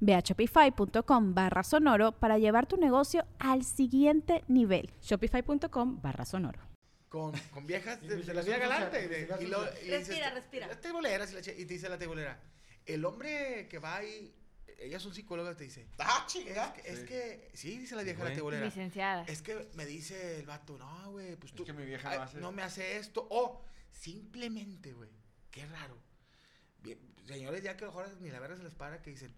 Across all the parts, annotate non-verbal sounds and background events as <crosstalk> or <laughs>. Ve a shopify.com barra sonoro para llevar tu negocio al siguiente nivel. Shopify.com barra sonoro. Con, con viejas de, de la vida galante. de- y lo- y dices, Respira, respira. Las teiboleras y, la che- y te dice la teibolera, el hombre que va ahí, ella es un psicólogo, te dice, ah, chinga. Es que, es que- sí, dice la vieja la Güey. teibolera. Licenciada. Es que me dice el vato, no, güey, pues Es tú. que mi vieja ah, no hace- me hace esto. O simplemente, güey, qué raro. Bien, señores, ya que mejor ni la verga se les para, que dicen,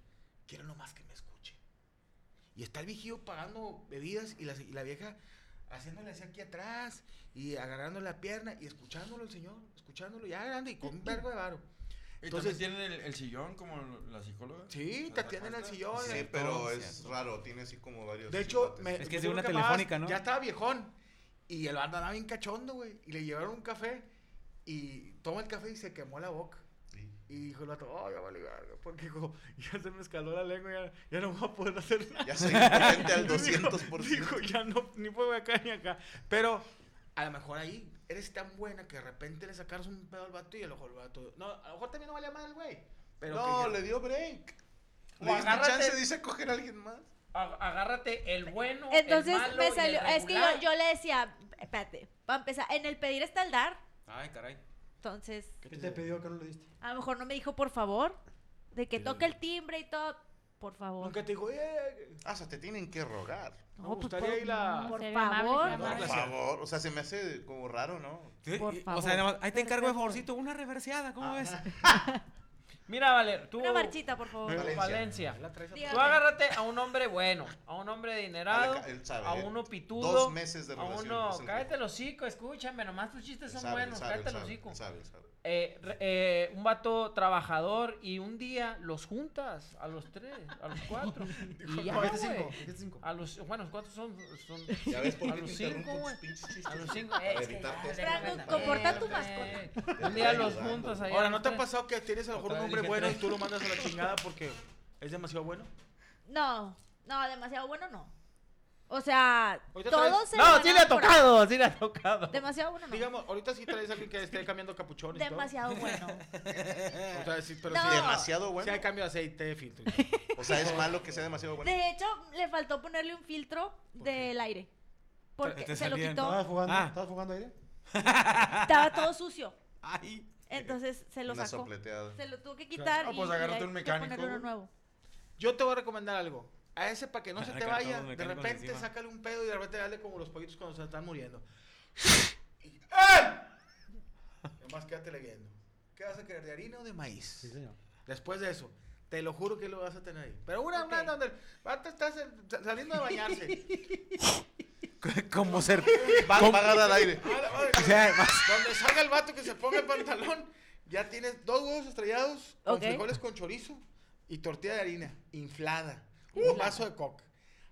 quiero nomás que me escuche. Y está el vigío pagando bebidas y la, se- y la vieja haciéndole así aquí atrás y agarrando la pierna y escuchándolo el señor, escuchándolo ya grande y con un vergo de varo. Entonces- Entonces tienen el, el sillón como lo- la psicóloga. Sí, O sea, te atienden al acuestas. sillón. Sí, pero es raro, tiene así como varios. De hecho, chicotes. me, Es que es yo de una creo más telefónica, ¿no? Ya estaba viejón. Y el banda andaba bien cachondo, güey. Y le llevaron un café. Y toma el café y se quemó la boca. Sí. Y dijo el vato, oh, ya vale, verga", Porque dijo, <laughs> ya se me escaló la lengua, ya, ya no voy a poder hacer <laughs> nada. Ya soy inteligente <laughs> al <laughs> Dijo- 200%. Dijo, ya no, ni puedo acá ni acá. Pero a lo mejor ahí eres tan buena que de repente le sacaras un pedo al vato y a lo mejor el vato. No, a lo mejor también no valía mal, güey. Pero no, que ya- le dio break. O Le diste agárrate- chance, dice, a coger a alguien más. Ag- agárrate el bueno, Entonces el malo y me el salió. Es que yo, regular. yo le decía, espérate, para empezar, en el pedir está el dar. Ay, caray. Entonces, ¿Qué te pidió que no le diste? a lo mejor no me dijo por favor, de que toque el timbre y todo. Por favor. Nunca te dijo, eh. Ah, o sea, te tienen que rogar. No, Me pues, gustaría por- ir la- Por Ser amable, favor. ser amable. Por favor. O sea, se me hace como raro, ¿no? Por O favor. sea, nada más, ahí te encargo de favorcito, una reverseada, ¿cómo ves? Mira, Valer, tú. Una marchita, por favor. Vale. Valencia. La traes a- Dígame. Tú agárrate a un hombre bueno, a un hombre A adinerado, la ca- él sabe, a él- uno pitudo. Dos meses de A relación. uno. es el- Cállate el hocico, escúchame, nomás tus chistes él son sabe, él buenos, sabe, él cállate el sabe, hocico. él sabe, él sabe. Eh, re- eh, un vato trabajador y un día los juntas a los tres, a los <laughs> cuatro. y ya, güey. A los, bueno, los cuatro son, son Ya ves por a qué los te cinco, interrumpo güey. tus pinches A chistes. los cinco. eh, Para es que evitarte ya, esto. déjame Franco, comporta tu terminar. mascota. Eh, Un día Te los estoy juntas ayudando. allá. Ahora, ¿no te ha los tres. pasado que tienes a lo mejor un Otra vez hombre dije bueno y tres. tú lo mandas <laughs> a la chingada porque es demasiado bueno? No, no, demasiado bueno no. O sea, Ahorita todos traes- se. No, van sí a le ha por- tocado, sí le ha tocado. <laughs> Demasiado bueno no. Digamos, ahorita sí traes a alguien que esté cambiando capuchones. y todo. demasiado bueno. <laughs> O sea, sí, pero No. sí, <laughs> Demasiado sí bueno. hay cambio de aceite de filtro. O sea, es malo que sea demasiado bueno. De hecho, le faltó ponerle un filtro del aire. Porque Este se lo salía, quitó. ¿Estabas jugando, Ah. ¿Estabas jugando aire? Estaba todo sucio. Ay, Entonces se lo Una sacó. sopleteada. Se lo tuvo que quitar. Ah, pues y- y agárrate hay un que mecánico, ponerle uno güey. nuevo. Yo te voy a recomendar algo. A ese para que no se te Acá vaya, todos de mecánicos repente encima. sácale un pedo y de repente dale como los pollitos cuando se están muriendo. Y- ¡Eh! Nomás quédatele viendo. ¿Qué vas a querer, de harina o de maíz? Sí, señor. Después de eso, te lo juro que lo vas a tener ahí. Pero una, Ok. una donde va estás en- saliendo de bañarse. ¿cómo ser? Va ¿Cómo? va a agarrar al aire. Ahora, ahora, O sea, va- Ah, Donde salga el vato que se ponga el pantalón, ya tienes dos huevos estrellados, con Ok. frijoles con chorizo y tortilla de harina inflada, un vaso de coca.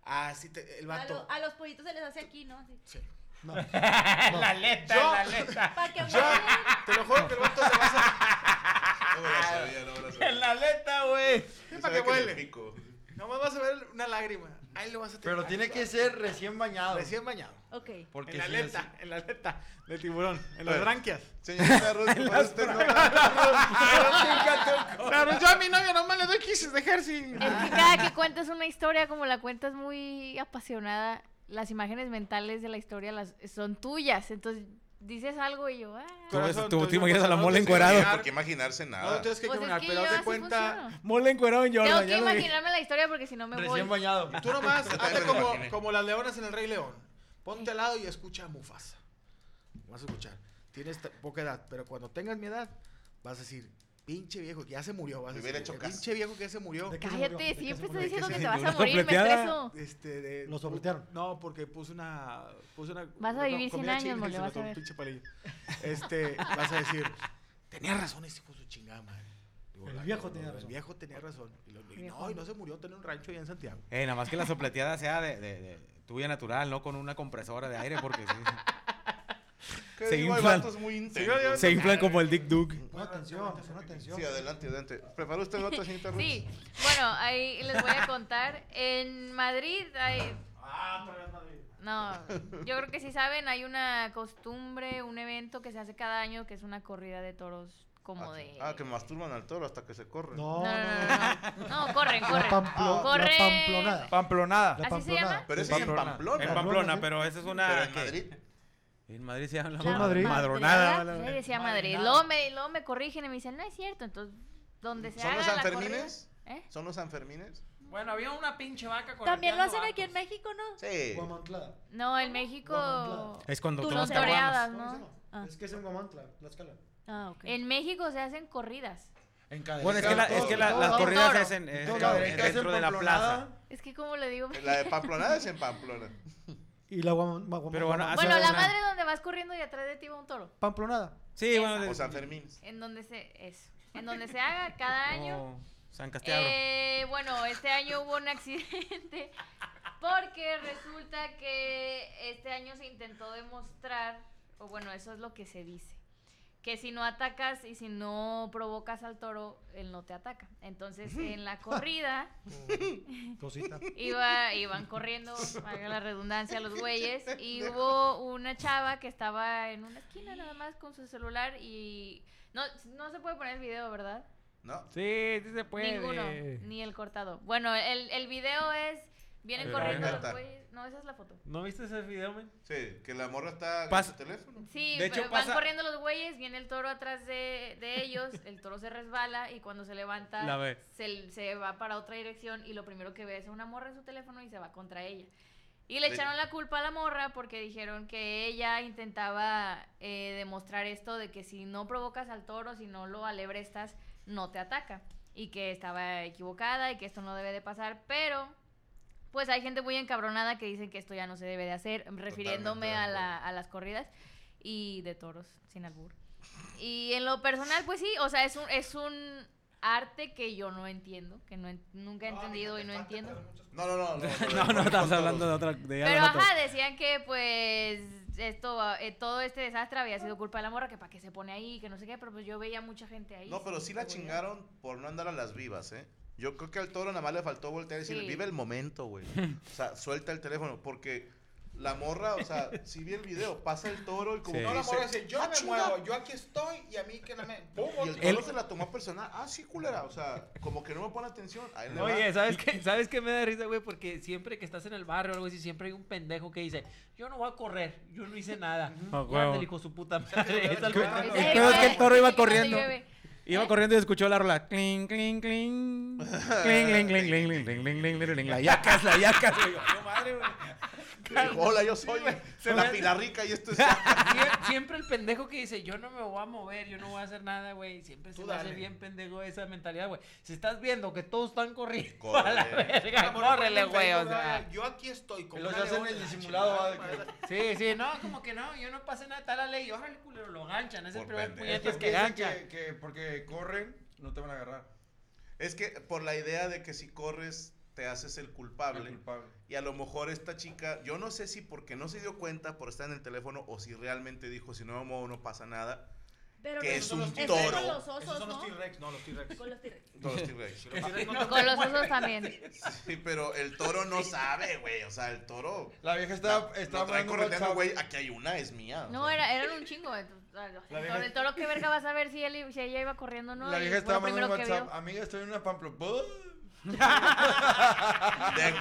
Así te, el A, vato. lo- a los pollitos se les hace aquí, ¿no? Así. Sí. No. la aleta, Yo- la aleta. Para que Yo mueran. te lo juro que el vato se va a No me la sabía, no me la <laughs> sabía. En la aleta, güey. salir Sabe para que que me huele. pico. Nomás vas a ver una lágrima. Ahí lo vas a tener. Pero tiene que ser recién bañado. recién bañado. Ok. Pues, Porque en la sí, aleta, así- en la aleta de tiburón, en las <laughs> Bueno. branquias. Señorita <laughs> Ruth, ¿cómo usted no habla? <laughs> Claro, yo a mi novia nomás le doy kisses de jersey. Es que cada que cuentas una historia, como la cuentas muy apasionada, las imágenes mentales de la historia las, son tuyas. Entonces dices algo y yo, ah. Tú ves- Corazón, tú entonces, te imaginas a la no mole tienes que encuerado. imaginar- Por qué pues, imaginarse No nada. lo tienes que Pues es imaginar, que pero yo haz de así cuenta. funciono. Mole encuerado en Jordan. Tengo que ya lo vi. imaginarme la historia porque si no me voy. Recién bañado. Tú nomás, Ya te hazte lo como, imaginé. como las leonas en el Rey León. Ponte al lado y escucha a Mufasa. vas a escuchar. Tienes ta- poca edad, pero cuando tengas mi edad, vas a decir, pinche viejo, que ya se murió. Vas a Me decir, hubiera hecho caso. pinche viejo que ya se murió. ¿De qué se murió? Cállate, ¿De qué se siempre murió? estás diciendo se que te murió? vas ¿De a una morir, me sopleteada? estreso. Este, de, Lo sopletearon. No, porque puso una. Puso una Vas a no, vivir comida 100 años, china y mole, se vas mató a un ver. pinche palillo. Este, vas a decir, tenía razón ese hijo de su chingada madre. Digo, El la- viejo no, tenía no, El razón. viejo tenía razón. Y lo- y Viejo. no, y no se murió, tenía un rancho allá en Santiago. Eh, nada más que la sopleteada sea de, de, de tuya natural, no con una compresora de aire, porque sí. ¿Qué Se digo? Hay inflan. vatos muy yo- yo- intensos. Se inflan como el Dick Duke. Pon atención, pon atención. Sí, adelante, adelante. ¿Preparó usted nota, señorita Ruiz? Sí, bueno, ahí les voy a contar. En Madrid hay... No, yo creo que sí saben, hay una costumbre, un evento que se hace cada año que es una corrida de toros como Ah, de... Ah, que masturban al toro hasta que se corre. No, No, no, no, no, no, <laughs> no. No, corren, La, corren. pamplo- la Corre. pamplonada. Pamplonada. La ¿Así se llama? pamplonada. Pero ese es en Pamplona. Pamplona. En Pamplona, pero esa es una. Pero en que- Madrid. En Madrid se habla Sí, en Madrid. madronada. Madrid, ¿vale? decía Madrid. Luego me, luego me corrigen y me dicen, no es cierto. Entonces, donde se ¿Son haga los la Sanfermines? corrida- ¿Eh? ¿Son los Sanfermines? Bueno, había una pinche vaca con También lo hacen aquí en pues. México, ¿no? Sí. Guamantlada. No, en México... Guamantla. Es cuando Tus tomas toreadas, caguamas. No, ese ¿no? no. Ah. Es que es en Guamantla, la escala. Ah, ok. En México se hacen corridas. En cadena. Bueno, es que, la- es que la- Todo, las todo. corridas Toro. es, en, es Todo. en- Cadena, es dentro de la plaza. Es que, como le digo? La de Pamplona es en Pamplona. Y la guaman, guaman- Pero bueno, guaman- hace Bueno, la una- madre donde vas corriendo y atrás de ti va un toro. Pamplonada. Sí, bueno. O de- Sanfermines. En donde se... Eso. En donde se haga <laughs> cada año. o San Castiabro. Eh, bueno, este año hubo un accidente <laughs> porque resulta que este año se intentó demostrar, o bueno, eso es lo que se dice, que si no atacas y si no provocas al toro, él no te ataca. Entonces, en la corrida Cosita. iba, iban corriendo, valga la redundancia, los güeyes, y hubo una chava que estaba en una esquina nada más con su celular y no, no se puede poner el video, ¿verdad? No. Sí, sí se Ninguno, ni el cortado. Bueno, el, el video es. Vienen Ahí va, corriendo ahí los está. güeyes. No, esa es la foto. ¿No viste ese video, men? Sí, que la morra está con Pas- su teléfono. Sí, De hecho, pero van pasa- corriendo los güeyes, viene el toro atrás de, de ellos, el toro se resbala y cuando se levanta La ve. Se, se va para otra dirección y lo primero que ve es a una morra en su teléfono y se va contra ella. Y le De- echaron la culpa a la morra porque dijeron que ella intentaba eh, demostrar esto de que si no provocas al toro, si no lo alebrestas, no te ataca. Y que estaba equivocada y que esto no debe de pasar, pero pues hay gente muy encabronada que dice que esto ya no se debe de hacer, refiriéndome de a, la- a las corridas y de toros, sin albur. Y en lo personal, pues sí, o sea, es un, es un arte que yo no entiendo, que no en- nunca he entendido y no entiendo. No, <laughs> no, no. No, no, estamos hablando de otra. De Pero algo ajá, decían que pues esto, eh, todo este desastre había sido culpa de la morra, que para qué se pone ahí, que no sé qué, pero pues yo veía mucha gente ahí. No, pero sí la seguridad. chingaron por no andar a las vivas, ¿eh? Yo creo que al toro nada más le faltó voltear y decirle, Sí. vive el momento, güey. O sea, suelta el teléfono, porque la morra, o sea, si vi el video, pasa el toro y como Sí. que No, la dice- morra dice, yo "Ah, me chinga". muevo, yo aquí estoy y a mí que no me... ¡Pum! Y el toro se la tomó personal. Ah, sí, culera. O sea, como que no me pone atención. Ahí le Oye, va. ¿sabes qué? ¿Sabes qué me da risa, güey? Porque siempre que estás en el barrio o algo así, siempre hay un pendejo que dice, yo no voy a correr, yo no hice nada. Ah, Ya huevo. te dijo su puta madre. <laughs> Es al que- pendejo. El Ey, pedo es que güey, el toro iba ¿por qué no te corriendo. llueve? Iba corriendo y escuchó la rola. Cling, cling, cling. Cling, cling, <laughs> cling, cling, cling, cling, cling, cling, cling. La yacas, la <laughs> yacas. Y yo, "No madre, güey". Dijo, Hola, yo soy Se me la hace- pilarica y esto es... Sie- siempre el pendejo que dice, yo no me voy a mover, yo no voy a hacer nada, güey. Siempre se Tú me hace dale. bien pendejo esa mentalidad, güey. Si estás viendo que todos están <laughs> corriendo Corre. a la verga, Vamos, córrele, no, güey, o no, sea. Yo aquí estoy como Los una hacen leona, el la disimulado, chingada, ¿va? De que- Sí, sí, no, como que no, yo no pasé nada, está la ley. Y órale, culero, lo ganchan, es el Por primer pendejo. puñetazo Ellos que piensan que- ganchan. que porque corren, no te van a agarrar. Es que por la idea de que si corres, te haces el Ah, culpable. El culpable. Y a lo mejor esta chica, yo no sé si porque no se dio cuenta por estar en el teléfono o si realmente dijo, si no me muevo no pasa nada. Pero que no- es un eso toro. con los Esos osos, son los ¿no? T-Rex, no, los T-Rex. Con los T-Rex. <laughs> Todos los T-Rex. <laughs> Con los osos también. Sí, pero el toro no sabe, güey. O sea, el toro... La vieja está, Está, está hablando correteando, WhatsApp. güey. Aquí hay una, es mía. o No, sea. era, eran un chingo. de- La Con vieja- el toro, ¿qué verga vas a ver si, él, si ella iba corriendo o no? La Y vieja fue lo estaba mandando primero que WhatsApp. vio. Amiga, estoy en una pamplo. <laughs> De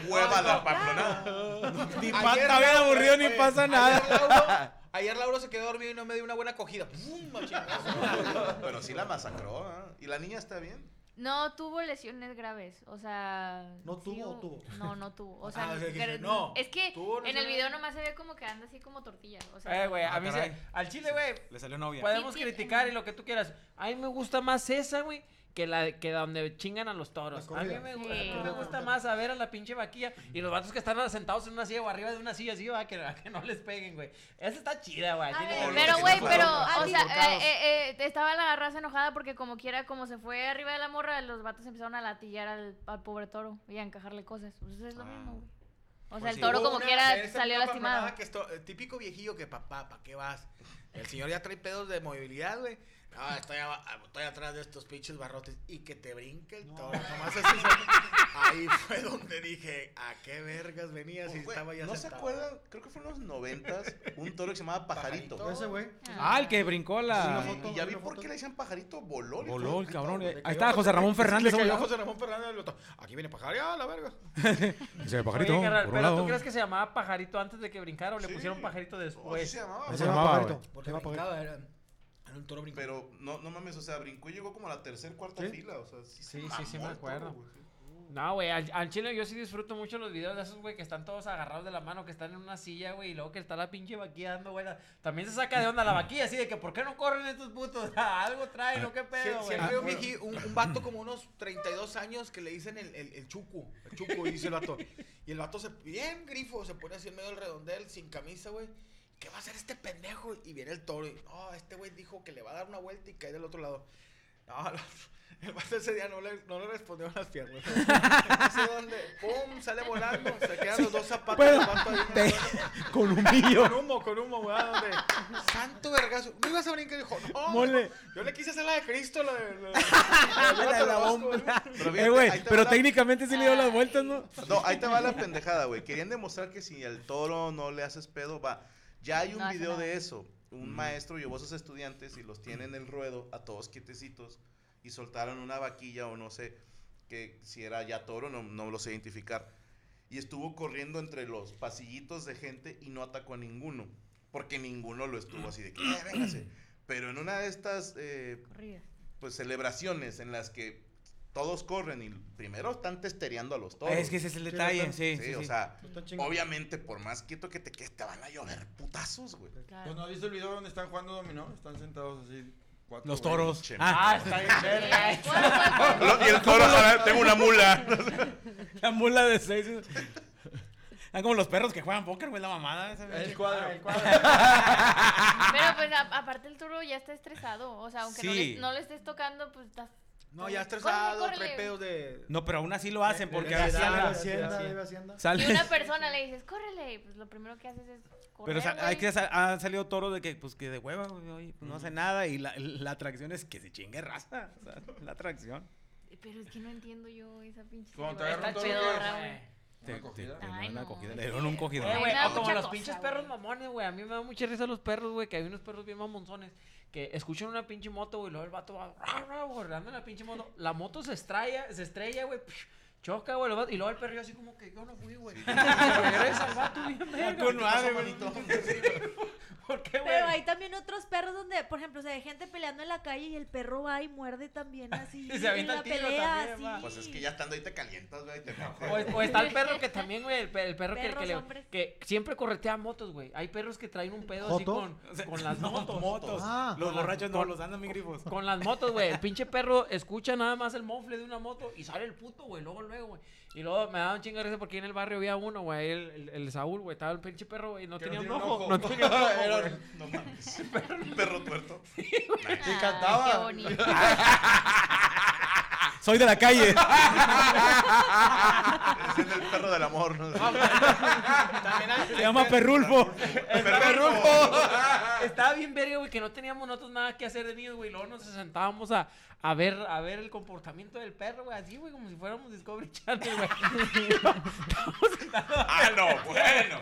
hueva la pamplonada. Ni pata había aburrido, ni pasa nada. Ayer Lauro, <laughs> ayer Lauro se quedó dormido y no me dio una buena cogida. ¡Pum! machingazo. Pero sí la masacró. ¿ah? ¿Y la niña está bien? No tuvo lesiones graves, o sea... ¿No tuvo o tuvo? No, no tuvo. O sea, Ah, o sea, que pero- dice, no, es que tuvo en el lesiones. video nomás se ve como que anda así como tortilla. O sea, Eh, güey, a Ah, mí caray. se, al chile, güey, Le salió novia. podemos Sí, sí, criticar y lo que tú quieras. A mí me gusta más esa, güey, que la que donde chingan a los toros. La A mí corrida. me, gu- Sí. a mí me gusta más a ver a la pinche vaquilla y los vatos que están sentados en una silla o arriba de una silla así, va, que, que no les peguen, güey. Esa está chida, güey. al A chile, ver, güey. Pero, Sí, güey, fueron pero, o ahorcados. sea, eh, eh, eh, estaba la raza enojada porque como quiera, como se fue arriba de la morra, los vatos empezaron a latillar al, al pobre toro y a encajarle cosas. Pues es lo Ah. mismo, güey. O sea, Pues el sí. toro Hubo como una- en quiera esa salió misma lastimado. jornada que esto- el típico viejillo que, papá, ¿para qué vas? El señor ya trae pedos de movilidad, güey. No, estoy, aba- ah, estoy atrás de estos pinches barrotes y que te brinque el toro. Nomás así se- Ahí fue donde dije, ¿a qué vergas venías si Güey, estaba ya ¿No sentado?" se acuerdan? Creo que fue en los noventas un toro que se llamaba Pajarito. Ese güey. Ah, el que brincó la. Sí, Y ya vi una por foto. qué le decían Pajarito, voló. le Voló fue el pito, cabrón. güey. eh. Ahí estaba José Ramón Le Fernández. ¿cómo cayó a llegó? José Ramón Fernández el otro. Aquí viene pajario, a la verga. Ese Oye, pajarito. carnal, por un pero lado. tú crees que se llamaba pajarito antes de que brincara o le Sí. pusieron pajarito Oh, así se después. llamaba. Ese Se güey. llamaba, llama Pajarito. güey. Se Porque llama Pajarito. brincaba, era, era un toro brincón. Pero no, no mames, o sea, brincó y llegó como a la tercera, cuarta Sí. fila. O sea, sí, se Sí, sí, sí, me mamó el toro, acuerdo. <laughs> Eh, güey. No, güey, al, al chile yo sí disfruto mucho los videos de esos, güey, que están todos agarrados de la mano, que están en una silla, güey, y luego que está la pinche vaquilla dando, güey. la- También se saca de onda la vaquilla, así de que, ¿por qué no corren estos putos? <laughs> Algo traen, ¿o qué Sie- pedo, güey? siempre Ah, un, bueno. vieji- un, un vato como unos 32 años que le dicen el, el, el chucu, el chucu, dice el vato. Y el vato se, bien grifo, se pone así en medio del redondel, sin camisa, güey. ¿Qué va a hacer este pendejo? Y viene el toro y, no, este güey dijo que le va a dar una vuelta y cae del otro lado. No, <laughs> lo- el vato ese día no le, no le respondió a las piernas. No sé dónde, pum, sale volando, se quedan los dos zapatos del vato ahí en el Te- suelo. Con un millo. Con humo, con humo, güey. ah, Donde... Santo vergazo. No ibas a brincar, dijo. No, Mole. Yo le quise hacer la de Cristo, la de. la de- La de la Tabasco, bomba. güey. Pero Eh, fíjate, güey, ahí te pero va la- técnicamente sí le dio las vueltas, ¿no? No, ahí te va la pendejada, güey. Querían demostrar que si al toro no le haces pedo, va. Ya hay un No hace video de nada. eso. Un maestro llevó a sus estudiantes y los tiene en el ruedo a todos quietecitos y soltaron una vaquilla o no sé, que si era ya toro, no, no lo sé identificar. Y estuvo corriendo entre los pasillitos de gente y no atacó a ninguno. Porque ninguno lo estuvo así de que, "Eh, véngase". Pero en una de estas eh, Corrida. pues, celebraciones en las que todos corren y primero están testereando a los toros. Es que ese es el detalle, sí. Sí, sí, o sí. sea, Lo están chingando. obviamente, por más quieto que te quedes, te van a llover putazos, güey. Claro. Pues no has visto el video donde están jugando dominó, están sentados así. cuatro Los güeyes. toros. Che, Ah, Ah, está bien <laughs> verga. Sí, ¿cuál, cuál, <laughs> cuál? Y el toro, "Ah, tengo una mula. la mula de seis. Están como los perros que juegan póker, güey, la mamada. esa, güey. El cuadro. El cuadro. Pero pues a- aparte el toro ya está estresado. O sea, aunque no, Sí. le, no le estés tocando, pues estás... No, ya estresado, Córrele, trae córrele. pedos de. No, pero aún así lo hacen porque Debe así Hacienda, habla. así Hacienda, habla. debe Hacienda. Sale. Y una persona le dices, córrele, y, pues lo primero que haces es correr, Pero sa- hay güey. que sa- han salido toros de que, pues, que de hueva, güey, oye, pues, no hace nada. Y la, la atracción es que se chingue raza. O sea, la atracción. Pero es que no entiendo yo esa pinche... Cuando te rivalidad. agarra Está un toro, chido, ¿qué? güey. güey. Una Te- te- cogida. te- Ay, una no, Ah, cogida. es Le que- dieron un cogido. Eh, güey, Me da o como mucha los cosa, pinches güey. perros mamones, güey. A mí me da mucha risa los perros, güey. Que hay unos perros bien mamonzones que escuchan una pinche moto, güey. y Luego el vato va ra, ra, borrando la pinche moto. La moto se estrella, se estrella, güey. psh, Choca, güey. los vatos- Y luego el perrillo así como que yo no fui, güey. <laughs> Regresa el vato bien verga. Ah, Con madre, güey. ¿Por qué, güey? Pero hay también otros perros donde, por ejemplo, se ve gente peleando en la calle y el perro va y muerde también así. Y se avienta en la el tiro pelea, también, va. así. Pues es que ya estando ahí te calientas, güey, y te enojas, O, güey. o está el perro que también, güey, el, pe- el perro que, Perros, que, le- hombres. que siempre corretea motos, güey. Hay perros que traen un pedo así ¿Joto? con, con <laughs> las No, motos. motos. Ah. los Con las- borrachos no, con- los andan mis grifos. Con las motos, güey. El pinche perro escucha nada más el mofle de una moto y sale el puto, güey. Luego, luego, güey. Y luego me daba un chingo de risa porque en el barrio había uno, güey. El, el, el Saúl, güey. Estaba el pinche perro, güey. No Que <laughs> tenía no un tiene un ojo. ojo. No tenía un ojo, Era- güey. No mames. Un perro <laughs> tuerto. Ay, qué cantaba. bonito. Soy de la <laughs> calle. Ah. Ese es el perro del amor. ¿no? También hay- Se llama Perrulfo. <laughs> Estaba bien verga, güey, que no teníamos nosotros nada que hacer de niños, güey. Luego nos sentábamos a, a ver a ver el comportamiento del perro, güey. Así, güey, como si fuéramos Discovery Channel, güey. <laughs> Ah, no, bueno.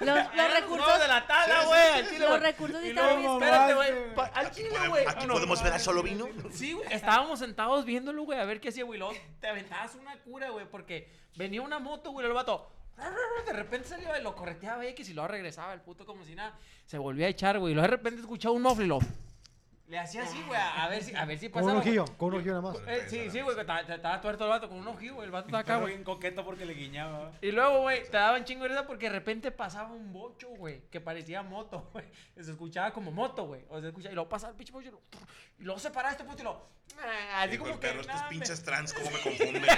Los, los Eran recursos... juegos de la tabla, Sí, güey. sí, al chile, los güey. recursos Y estaban luego, bien Espérate, escasos. güey. pa- Al Aquí chile, podemos, güey. aquí podemos ver a solo vino. Sí, güey, estábamos sentados viéndolo, güey, a ver qué hacía, güey. Luego te aventabas una cura, güey, porque venía una moto, güey, el vato. De repente salía y lo correteaba X y luego regresaba el puto como si nada. Se volvía a echar, güey. y Luego de repente escuchaba un mofle y lo. Ah. Le hacía así, güey, a ver si, a ver si Con un pasaba. ojillo, güey. con un ojillo nada más. Eh, sí, sí, güey, que estaba estaba tuerto el vato con un ojivo, el vato estaba acá, güey. coqueto porque le guiñaba. Y luego, güey, te daban chingo de risa porque de repente pasaba un bocho, güey, que parecía moto, <laughs> güey. Se escuchaba como moto, güey. O se escuchaba, y luego pasaba el pinche bocho y luego, y luego se paraba este puto y luego, ah, así Digo, como el que. perro, estos nada, pinches me- trans, ¿cómo me confunden? <laughs>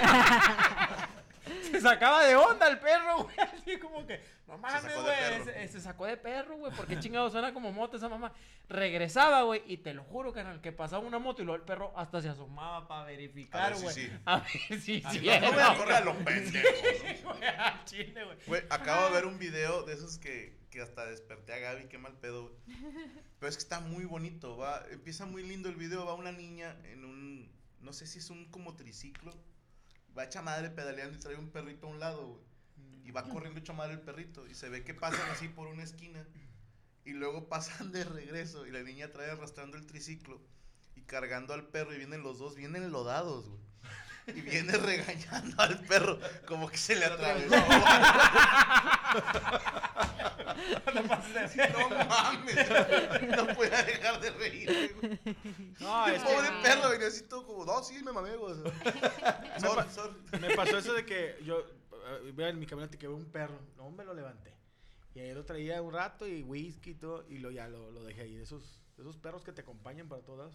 Se sacaba de onda el perro, <laughs> güey. Así como que, no mames, sacó de güey. perro. Se, se sacó de perro, güey. Porque chingado suena como moto esa mamá. Regresaba, güey. Y te lo juro, carnal, que pasaba una moto y luego el perro hasta se asomaba para A verificar, ver si güey. sí. A ver si Ah, sí. no, no me era. corre a los pendejos. Sí, güey, al <laughs> chile, güey. Güey, acabo de ver un video de esos que, que hasta desperté a Gaby, qué mal pedo, güey. Pero es que está muy bonito, va, empieza muy lindo el video, va una niña en un, no sé si es un como triciclo, va hecha madre pedaleando y trae un perrito a un lado, güey. Y va corriendo hecha madre el perrito y se ve que pasan así por una esquina y luego pasan de regreso y la niña trae arrastrando el triciclo y cargando al perro y vienen los dos, vienen lodados, güey. Y viene regañando al perro como que se le atravesó. No mames, no podía dejar de reír. No, Ah, es que- Pobre perro, venía así todo como, no, sí, me mamé, güey. Sorry, sorry. Me pasó eso de que yo eh, veo en mi camioneta que veo un perro. No, me lo levanté. Y ahí lo traía un rato y whisky y todo. Y lo, ya lo, lo dejé ahí. De esos, de esos perros que te acompañan para todas.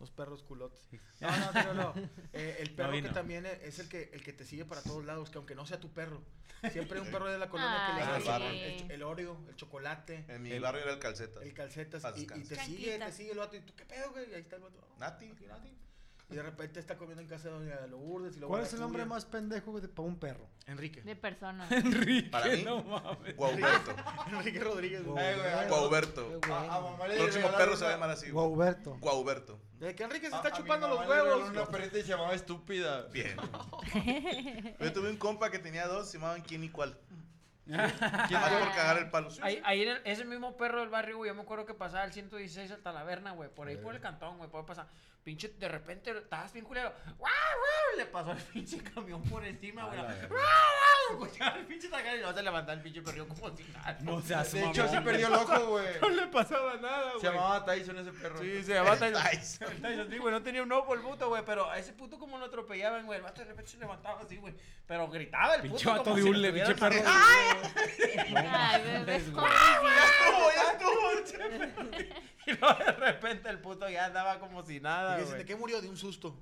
Los perros culotes. No, no, no, no. Eh, el No, perro y que no. también e- es el que, el que te sigue para todos lados, que aunque no sea tu perro. Siempre hay un perro de la Ay, colonia que Ah, le sí. el, el, el Oreo, el chocolate. En mi barrio era el calcetas. El calcetas. Paz Y, y descanse. te sigue, te sigue el vato. Y tú, ¿qué pedo, güey? Y ahí está el vato. "Ah, Nati. aquí Nati. Y de repente está comiendo en casa de doña Lourdes. Y luego ¿Cuál la es el nombre tuya. más pendejo de- para un <laughs> perro? Enrique. <laughs> De <laughs> persona. Enrique, Para mí, no mames. Guauberto. Enrique Rodríguez. güey. Ay, güey, ay, Guauberto. A, a mamá le Próximo regalaron perro se va a una- llamar así. güey. Guauberto. Guauberto. De que Enrique se a- está Ah, a mi chupando los mamá le regalaron huevos. Una perrita y se llamaba estúpida. Bien. Yo tuve un compa que tenía dos, se llamaban quién y cuál. ¿Quién más por cagar el palo? Sí, Ahí, sí. ahí en el- ese mismo perro del barrio, güey, yo me acuerdo que pasaba el 116 al Talaverna, güey, por Eh. ahí por el cantón, güey, por ahí pasaba. Pinche, de repente, estabas bien culero. ¡Guau, guau! Le pasó el pinche camión por encima, güey. A la ¡Guau, verga. guau! Escuchaba el pinche tacar y luego se levantaba el pinche perro como si nada. No seas De hecho, sí perdió el ojo, güey. No le pasaba nada, güey. Se llamaba Tyson ese perro. Sí, se llamaba Tyson. Tyson. Tyson, sí, güey, no tenía un ojo el puto, güey, pero a ese puto como lo atropellaban, güey, el vato de repente se levantaba así, güey, pero gritaba el Pinche puto vato como de si hule, le pinche tuvieran- perro. Ay, bebé. ¡Ah, <laughs> Y luego de repente el puto ya andaba como si nada, Y güey. dicen, ¿de qué murió? De un susto.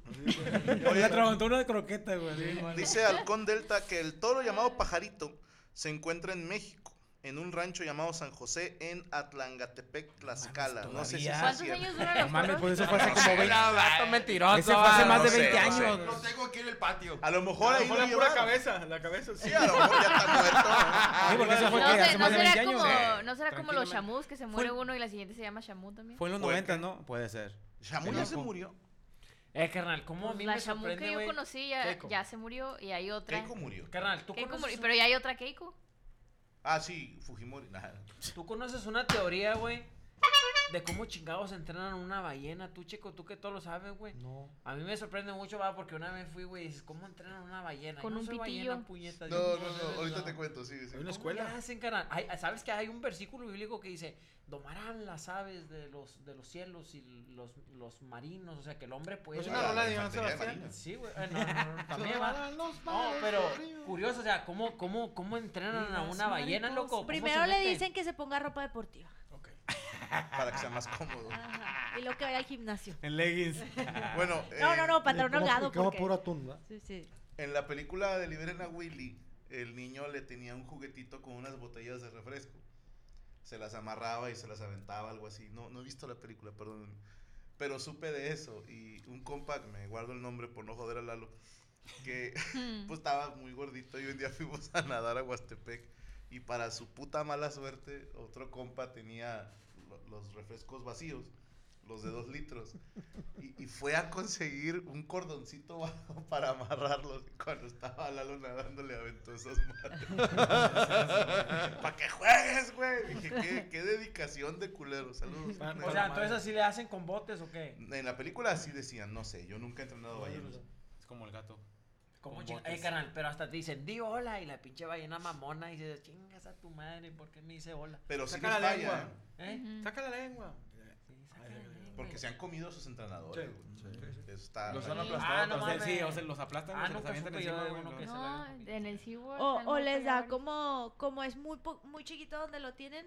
Oye, atragantó una de croqueta, güey. así, igual. Dice Halcón Delta que el toro llamado Pajarito se encuentra en México, en un rancho llamado San José, en Atlangatepec, Tlaxcala. No sé si sea ¿Cuántos cierto. años duran No los mames, perros? pues eso fue hace No como sé, 20 la- Vato mentiroso. Ese fue hace ah, más de no sé, 20 no sé. años. Lo tengo aquí en el patio. A lo mejor Ahora ahí fue lo la pura llevaron. cabeza, la cabeza. Sí, a lo mejor ya está muerto. Sí, porque eso fue No, que sé, hace no más de 20 será años. como, no será como los Tranquilamente. chamus que se muere Fue- uno y la siguiente se llama chamu también. Fue en los Puede 90, ¿no? Puede ser. Shamu ya se murió. Eh, carnal, ¿cómo a Pues mí la me chamu que sorprende, yo güey? conocí ya, Keiko. ya se murió y hay otra. Keiko murió. Carnal, ¿tú Keiko conoces, murió, pero ya hay <clears throat> otra Keiko. Ah, sí, Fujimori. Nah. tú conoces una teoría, güey, de cómo chingados entrenan una ballena. Tú, chico, tú que todo lo sabes, güey. No. A mí me sorprende mucho, va, porque una vez fui, güey, y dices, ¿cómo entrenan una ballena? Con Yo no un soy pitillo. ballena, puñeta. No, yo no, no, ahorita te cuento, sí, sí. Hay una ¿Cómo le escuela. hacen, carnal? Hay- ¿Sabes que hay un versículo bíblico que dice, domarán las aves de los, de los cielos y los, los marinos? O sea, que el hombre puede... Es una rola de Iván Infantería Sebastián. Sí, güey. eh, no, no, no, también va. No, pero curioso, o sea, ¿cómo, cómo, cómo entrenan a una ballena, loco? ¿Cómo Primero se le meten? dicen que se ponga ropa deportiva. Para que sea más cómodo. Ajá. Y luego que vaya al gimnasio. En leggings. Bueno, No, eh, no, no, pantalón Y como- holgado. y como porque- puro atún, ¿verdad? Sí, sí. En la película de Liberen a Willy, el niño le tenía un juguetito con unas botellas de refresco. Se las amarraba y se las aventaba, algo así. No, no he visto la película, perdón. Pero supe de eso. Y un compa, que me guardo el nombre por no joder a Lalo, que Hmm. pues estaba muy gordito y un día <laughs> fuimos a nadar a Huastepec. Y para su puta mala suerte, otro compa tenía lo- los refrescos vacíos, los de dos litros. Y, y fue a conseguir un cordoncito <laughs> bajo para amarrarlos. Y Cuando estaba Lalo nadando, le aventó esos <laughs> manos. ¡Para que juegues, güey! Dije, ¿qué, qué dedicación de culero. Saludos. O sea, entonces así le hacen con botes o qué? En la película así decían, no sé, yo nunca he entrenado ballenas. Es como el gato. ¿Cómo Con chinga- botes. Eh, carnal, pero hasta te dicen, di hola, y la pinche ballena mamona y dices, chingas a tu madre, ¿por qué me dice hola? Pero sí Saca nos la falla, lengua. ¿eh? ¿Eh? Ujú. Saca la lengua. Sí, saca la lengua. Porque se han comido a sus entrenadores. güey. Eso está- Los han aplastado Ah, no también. mames. Sí, o sea, los aplastan, se Ah, los nunca avientan supe yo encima, de güey, uno lo- que se No, en el SeaWorld. O, o al norte Oh, les ya da abren. como, como es muy po- muy chiquito donde lo tienen,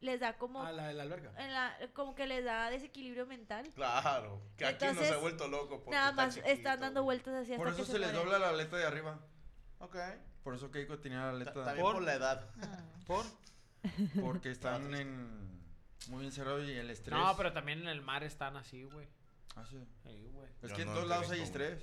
les da como A la de la alberca. Eh, en la- como que les da desequilibrio mental. Claro, que aquí nos Entonces, ha vuelto loco. porque Nada está más chiquito. están dando vueltas hacia Por eso se, les dobla la aleta de arriba. Ok. Por eso Keiko tenía la aleta. Ta- también por la edad. ¿Por? Porque están en... muy encerrados y el estrés. No, pero también en el mar están así, güey. Ah, sí. Ahí, güey. Es que en todos lados hay estrés.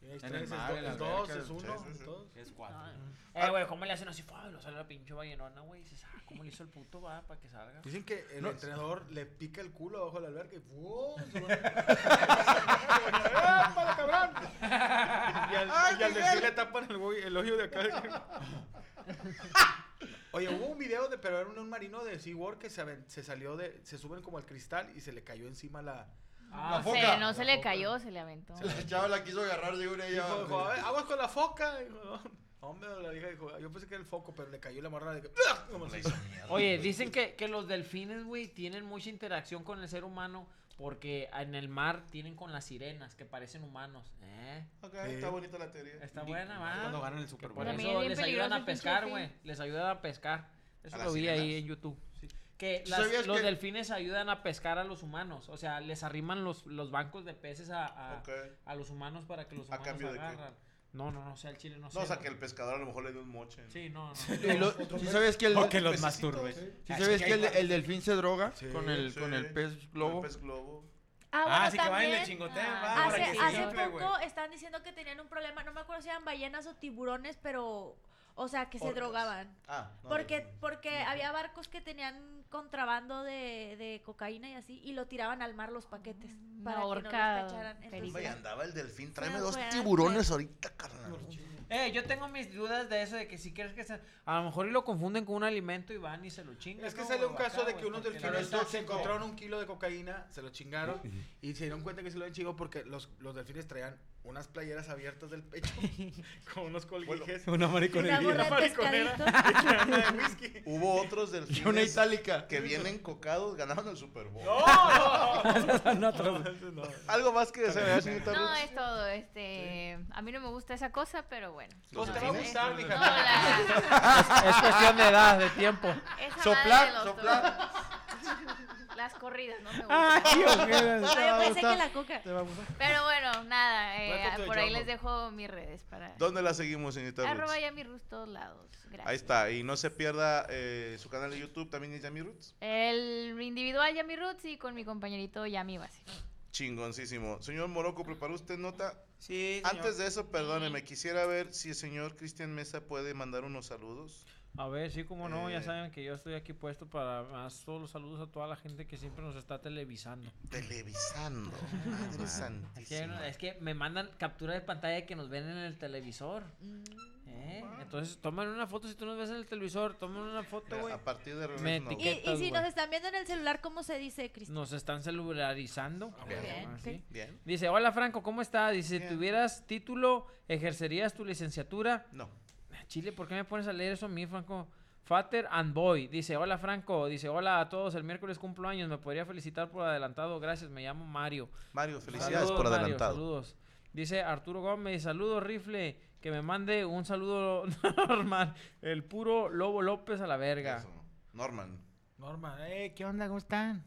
hay en estrés, el es mar, do- en la es dos, alberca, es el- sí, uno, sí, sí. es dos. Es cuatro. Ah. Eh, güey, ¿cómo le hacen así? Fue, lo sale la pinche ballenona, güey. Y dices, ah, ¿cómo le hizo el puto, va, para que salga? Dicen que el No. entrenador le pica el culo abajo de la alberca y <laughs> ¡wow! Se va- ¡Épale, cabrón! Y al, ¡Ay, y al Miguel! decir le tapan el, güey- el hoyo de <laughs> acá. Oye, hubo un video de, pero era un, un marino de SeaWorld que se, aven- se salió de, se suben como al cristal y se le cayó encima la... No, Ah. la se, foca. no se le cayó, se le aventó. Se le- Chava la quiso agarrar, llegó una y Dijo, ya- dijo, a ver, aguas con la foca. Dijo, no, hombre, la vieja dijo, yo pensé que era el foco, pero le cayó la morra de que... como así. Oye, dicen que, que los delfines, güey, tienen mucha interacción con el ser humano porque en el mar tienen con las sirenas que parecen humanos. ¿Eh? Ok, está bonita la teoría. Está Y- buena, va. cuando ganan el Super Que Por Bowl. eso También es bien les ayudan peligroso el a pescar, pinche güey. delfín. Les ayudan a pescar. Eso A lo las vi ahí sirenas. en YouTube. Que ¿Tú las- sabías los que- delfines ayudan a pescar a los humanos. O sea, les arriman los, los bancos de peces a, a, Ok. a los humanos para que los ¿A humanos cambio de qué? agarran. No, no, no, o sea, el chile no, No, sé, o sea, güey. que el pescador a lo mejor le dio un moche. Sí, no, no. Y lo- ¿sí sabes que el, Porque los masturbe. Si Ah, sí sabes que que el, hay el delfín se droga Sí, con, el, sí. con el pez globo. pez globo. Ah, bueno, Ah, sí, que también, vayan y le chingoteen, Ah, va, hace, para que se hace infle, güey. poco estaban diciendo que tenían un problema, no me acuerdo si eran ballenas o tiburones, pero, o sea, que se Orcas. drogaban. Ah, no, porque porque había barcos que tenían contrabando de, de cocaína y así, y lo tiraban al mar los paquetes para que Mm, no ahorca, los cacharan. Entonces, Hombre, andaba el delfín. Tráeme Se dos fue a- tiburones ahorita, carnal. Eh, yo tengo mis dudas de eso, de que si quieres que se... A lo mejor y lo confunden con un alimento y van y se lo chingan. Es que ¿no? salió un Acá, caso de güey, que unos porque la delfines neta- se encontraron un kilo de cocaína, se lo chingaron y se dieron cuenta que se lo habían chingado porque los, los delfines traían unas playeras abiertas del pecho con unos colguijes. Una mariconería. Una gorra Una de mariconera. pescadito. y una lana de whisky. <laughs> Hubo otros delfines. una itálica. Que <laughs> vienen cocados, ganaron el Super Bowl. no. Algo más que se vea, señorita No, Rux? es todo. Este, A mí no me gusta esa cosa, pero bueno. Pues te va a gustar, mija. No, la- Es- es cuestión de edad, de tiempo. Esa Soplar, madre de los soplar. Ah. toros. <laughs> Las corridas, no me gustan. Ay, ojera, Ay, <laughs> te va a pensé gustar. que la coca. Te va a gustar. Pero bueno, nada, eh, Welcome to the por ahí jungle. les dejo mis redes para... ¿Dónde la seguimos, señorita Rux? Arroba Yami Rus todos lados. Gracias. Ahí está. Y no se pierda eh, su canal de YouTube, también es Yami Roots. El individual Yami Roots y con mi compañerito Yami Base. Chingoncísimo. Señor Moroco, ¿preparó usted nota? Sí. señor. Antes de eso, perdóneme, quisiera ver si el señor Cristian Mesa puede mandar unos saludos. A ver, sí, como no, Eh. ya saben que yo estoy aquí puesto para más todos los saludos a toda la gente que siempre nos está televisando. <laughs> Televisando. Madre Es que, santísima. es que me mandan captura de pantalla de que nos ven en el televisor. ¿Eh? Entonces, toman una foto si tú nos ves en el televisor, toman una foto, Mira, güey. Eh, a partir de Me regreso no. y, y etiquetas, si güey. nos están viendo en el celular, ¿cómo se dice, Cristian? Nos están celularizando. Bien, Ah, ok. sí. Bien. Dice, hola Franco, ¿cómo está? Dice, si Bien. tuvieras título, ¿ejercerías tu licenciatura? No. Chile, ¿por qué me pones a leer eso a mí, Franco? Father and Boy. Dice, hola Franco. Dice, hola a todos, el miércoles cumplo años. Me podría felicitar por adelantado. Gracias, me llamo Mario. Mario, felicidades Saludos, por Mario, adelantado. saludos. Dice Arturo Gómez, saludos Rifle, que me mande un saludo <laughs> normal. El puro Lobo López a la verga. Norman. Norma, eh, ¿qué onda? ¿Cómo <laughs> están?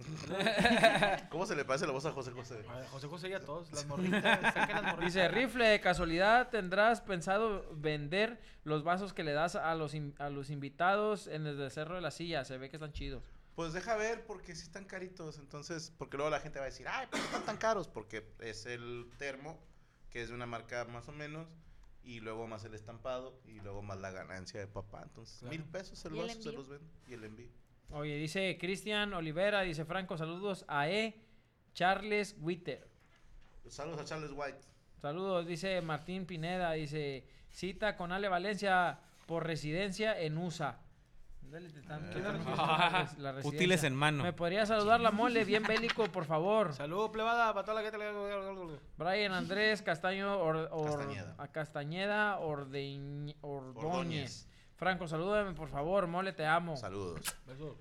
¿Cómo se le parece la voz a José José? A ver, José José y a todos, las morritas, saca las morritas. Dice, rifle, de casualidad tendrás pensado vender los vasos que le das a los, in- a los invitados en el cerro de la silla. Se ve que están chidos. Pues deja ver, porque sí están caritos. Entonces, porque luego la gente va a decir, ay, ¿por qué están tan caros? Porque es el termo, que es de una marca más o menos, y luego más el estampado, y luego más la ganancia de papá. Entonces, Claro. mil pesos el ¿Y el vaso se envío? los vende, y el envío. Oye, dice Cristian Olivera, dice Franco, saludos a E. Charles Witter. Pues Saludos a Charles White. Saludos, dice Martín Pineda, dice cita con Ale Valencia por residencia en USA. Ándale, te Ah. están- te están diciendo la res- pues, la residencia. <laughs> Útiles en mano. Me podría saludar la mole, bien bélico, por favor. Saludos, plebada, para toda la gente. le- Brian Andrés Castaño Or- Or- Castañeda. a Castañeda Ordeñ- Ordóñez. Ordóñez. Franco, salúdame, por favor. Mole, te amo. Saludos.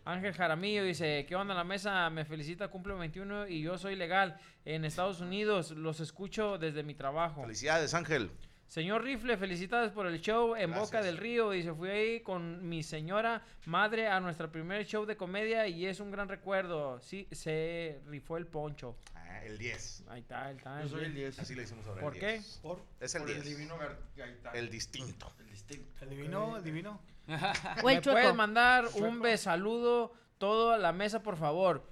Ángel Jaramillo dice, ¿qué onda en la mesa? Me felicita, cumple 21 y yo soy legal en Estados Unidos. Los escucho desde mi trabajo. Felicidades, Ángel. Señor Rifle, felicidades por el show en Gracias. Boca del Río. Dice, fui ahí con mi señora madre a nuestro primer show de comedia y es un gran recuerdo. Sí, se rifó el poncho. Ah, el 10. Ahí está, ahí está. Yo soy el 10. Así le decimos ahora. ¿Por el qué? 10. Es el Por 10. el divino Gar- Gaitán. El distinto. El distinto. El divino, el divino. ¿Me puedes mandar un besaludo todo a la mesa, por favor?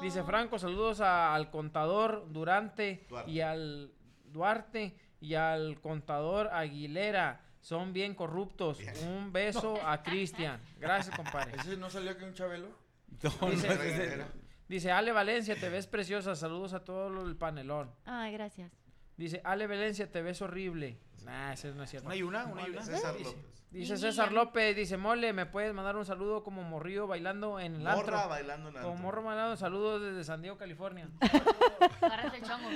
Dice Franco, saludos a- al contador Durante y al Duarte y al contador Aguilera. Son bien corruptos. Un beso a Cristian. Gracias, compadre. ¿Ese no salió aquí un Chabelo? <laughs> dice, no, ese es- dice, Ale Valencia, te ves preciosa. Saludos a todo lo- el panelón. Ay, gracias. Dice, Ale Valencia, te ves horrible. Nah, ese no es cierto. Una y una, una y una. César Dice- López. Dice Ni- César ni- López, dice, mole, ¿me puedes mandar un saludo como morrillo bailando en el Morra antro? bailando en el Como antro. morro bailando, saludos desde San Diego, California. Agárrate el chongo.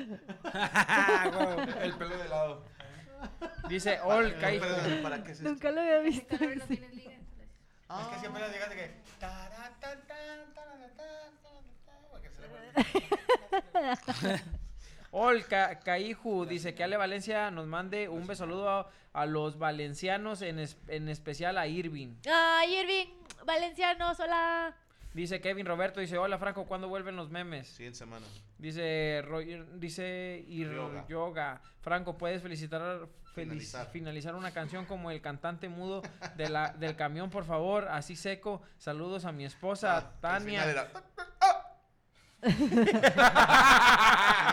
El pelo de lado. <laughs> Dice, ol, Para- Caico. para- para que se- Nunca lo había visto. Es que siempre le digas de que. Ol, Ca- Caiju, dice que Ale Valencia nos mande un besaludo a, a los valencianos, en, es- en especial a Irving. Ay, Irving, valencianos, hola. Dice Kevin Roberto, dice, hola Franco, ¿cuándo vuelven los memes? Siguiente semana. Dice Roger, dice Ir- Ryoga. Yoga. Franco, ¿puedes felicitar felic- Finalizar. finalizar. una canción como el cantante mudo de la, del camión, por favor? Así seco. Saludos a mi <laughs> esposa, Tania. Ah, final era- "Ah, ah".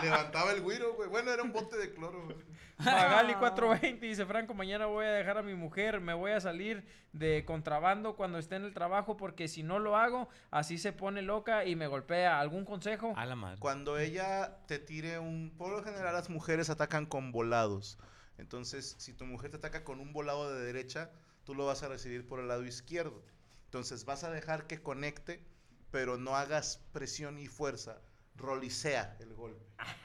<laughs> Levantaba el güiro, güey. Bueno, era un bote de cloro, güey. Magali 420 dice, Franco, mañana voy a dejar a mi mujer, me voy a salir de contrabando cuando esté en el trabajo porque si no lo hago, así se pone loca y me golpea. ¿Algún consejo? A la madre. Cuando ella te tire un... Por lo general las mujeres atacan con volados. Entonces, si tu mujer te ataca con un volado de derecha, tú lo vas a recibir por el lado izquierdo. Entonces, vas a dejar que conecte, pero no hagas presión y fuerza. Rolicea el golpe,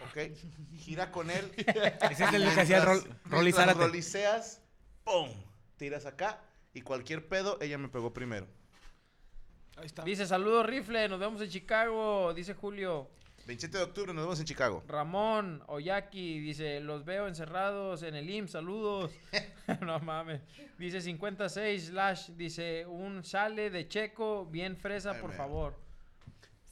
¿ok? Gira con él. <laughs> Ese es el que hacía rol- Mientras Rolly Zárate. Roliceas, ¡pum! Tiras acá y cualquier pedo, ella me pegó primero. Dice, saludos rifle, nos vemos en Chicago, dice Julio. 27 de octubre nos vemos en Chicago. Ramón Oyaki dice, los veo encerrados en el IMSS, saludos. <laughs> no mames. Dice 56 slash, dice, un sale de checo, bien fresa, por favor.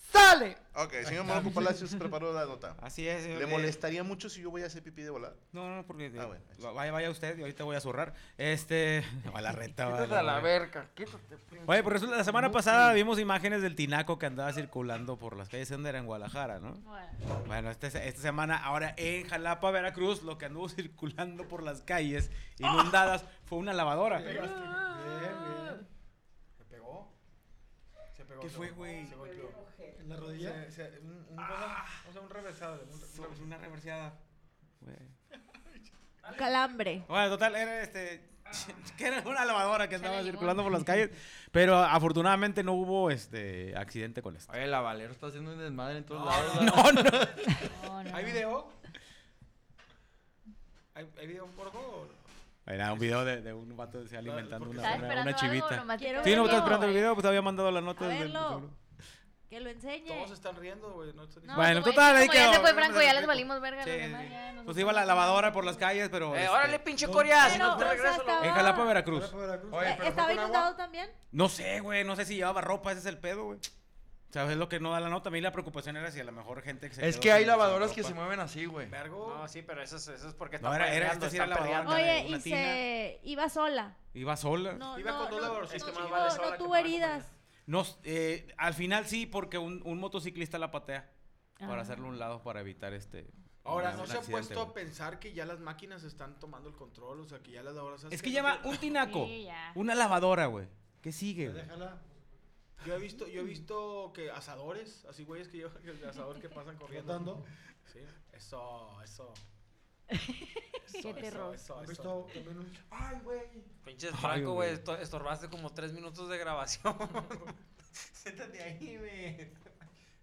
¡Sale! Ok, señor Marco Palacios preparó la nota. Así es, ¿Le eh, molestaría mucho si yo voy a hacer pipí de volada? No, no, porque... Ah, Vaya, vaya usted, y ahorita voy a zurrar. Este... <laughs> A la reta, Quítate vale, a la vale. verga, quítate. Oye, por eso la semana pasada vimos imágenes del tinaco que andaba circulando por las calles. ¿Dónde era? En Guadalajara, ¿no? Bueno, este se- esta semana, ahora en Jalapa, Veracruz, lo que anduvo <laughs> circulando por las calles inundadas fue una lavadora. Se pegó. Se pegó. ¿Qué se fue, golpeó, güey? Ah. Se golpeó. ¿En la rodilla? Se- se- un, un, O sea, un reversado. Un, una reverseada. Güey. Calambre. Bueno, total, era este. que era una lavadora que andaba limón. circulando por las calles. Pero afortunadamente no hubo este accidente con esto. Oye, la Valero está haciendo un desmadre en todos lados. No, no. ¿Hay video? ¿Hay, hay video por favor? Era un video de, de un vato se alimentando una, Estaba una- esperando una algo, chivita. nomás sí, quiero no, verlo. estaba esperando el video, pues había mandado la nota. A desde el verlo. seguro. Que lo enseñe. Todos están riendo, güey. No están Bueno, total, ahí pues, como ya quedó. se fue Franco, ya Sí, les valimos verga. sí. los demás ya nos- Pues iba la lavadora por las calles, pero. Eh, este, órale, pinche Corea, si Pero, no te o sea, regreso. lo- estaba- En Jalapa, Veracruz. Eh, ¿Estaba inundado también? No sé, güey, no sé si llevaba ropa, ese es el pedo, güey. ¿Sabes lo que no da la nota? A mí la preocupación era si a lo mejor gente que se Es quedó que hay sin- sin lavadoras que ropa. se mueven así, güey. No, sí, pero eso es, eso es porque No, era, era, esta sí era lavadora. Oye, una y tina. se iba sola. Iba sola. No, No, Iba no, con dos no, lavadorcitos, no, más no, vale no sola que tuvo mal heridas. eh, al final sí, porque un, un motociclista la patea. Ah. Para hacerlo a un lado, para evitar este... Ahora, un- ¿no un se ha accidente, puesto güey. a pensar que ya las máquinas están tomando el control? O sea, que ya las lavadoras... Es que lleva un tinaco. Sí, ya. una lavadora, güey. ¿Qué sigue? güey? Déjala. Yo he visto, yo he visto que asadores, así güeyes que llevan el asador que pasan corriendo. Rotando. Sí. Eso, eso. Qué terror. Eso, eso. ¿Has visto también un- Ay, güey. Pinches Ay, Franco, güey, güey. esto- <laughs> <laughs> estorbaste como tres minutos de grabación. Siéntate ahí, güey.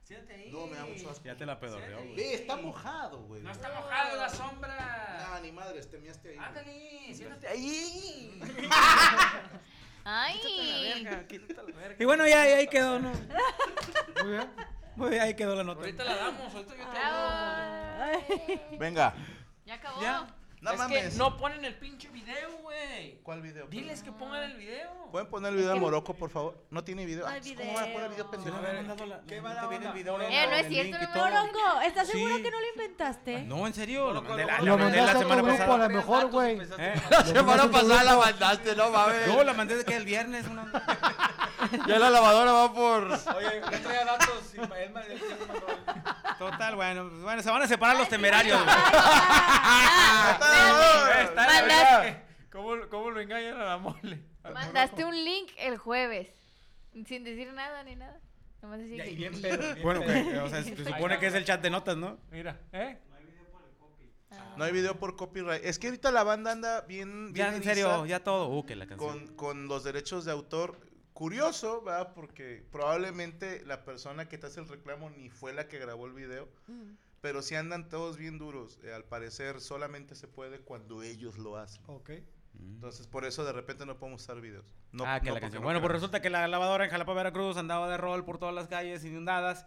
Siéntate ahí. No, me da mucho asco. Ya te la pedorreó, Siéntate güey. ahí. Ve, está mojado, güey. No está Ah, mojado la sombra. Nah, ni madres, te miaste este ahí. güey. Ándale, siéntate ahí. Ay. Y bueno, ya, ya ahí quedó, ¿no? Muy bien. Muy bien, ahí quedó la nota. Ahorita la damos, ahorita yo te <laughs> Venga. Ya acabó. Ya. No es mames. que no ponen el pinche video, güey. ¿Cuál video? Diles que pongan el video. ¿Pueden poner el video de Morocco, por favor? No tiene video. No Ah, hay pues, ¿Cómo van a poner video. video pendejo? Ah, ¿Qué mala viene el video? Eh, no es cierto, no me Morocco, ¿estás seguro que no lo Ah, inventaste? No, en serio, lo mandé la, Lo lo mandé mandaste a la semana tu grupo, a pasada. lo mejor, güey. ¿Eh? La semana pasada la mandaste, no mames. No, la mandé de que el viernes. Una... Ya la lavadora va por- Oye, no traía datos. y pa- él me- él me mandó el- Total, bueno, pues, bueno, se van a separar los temerarios. güey. <laughs> ah, Está la verga. <laughs> ¿Cómo, ¿Cómo lo engañan a la mole? Mandaste un link el jueves. Sin decir nada ni nada. Nomás así que- Bueno, que, o sea, se supone que es el chat de notas, ¿no? Mira, ¿eh? No hay video por copyright. Es que ahorita la banda anda bien. Ya, bien en serio, eriza ya todo. Uh, que la canción. Con, con los derechos de autor. Curioso, ¿verdad? Porque probablemente la persona que te hace el reclamo ni fue la que grabó el video. Pero sí andan todos bien duros. Eh, al parecer solamente se puede cuando ellos lo hacen. Ok. Entonces por eso de repente no podemos usar videos. No, Mm. ah, que no, la porque canción. no bueno, pues queremos. resulta que la lavadora en Jalapa, Veracruz andaba de rol por todas las calles inundadas.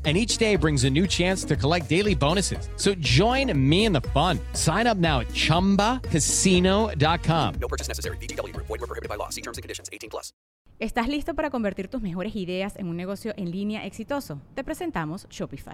And each day brings a new chance to collect daily bonuses. So join me in the fun. Sign up now at chumbacasino.com. No purchase necessary. VGW Group. Void were prohibited by law. See terms and conditions. 18 plus. ¿Estás listo para convertir tus mejores ideas en un negocio en línea exitoso? Te presentamos Shopify.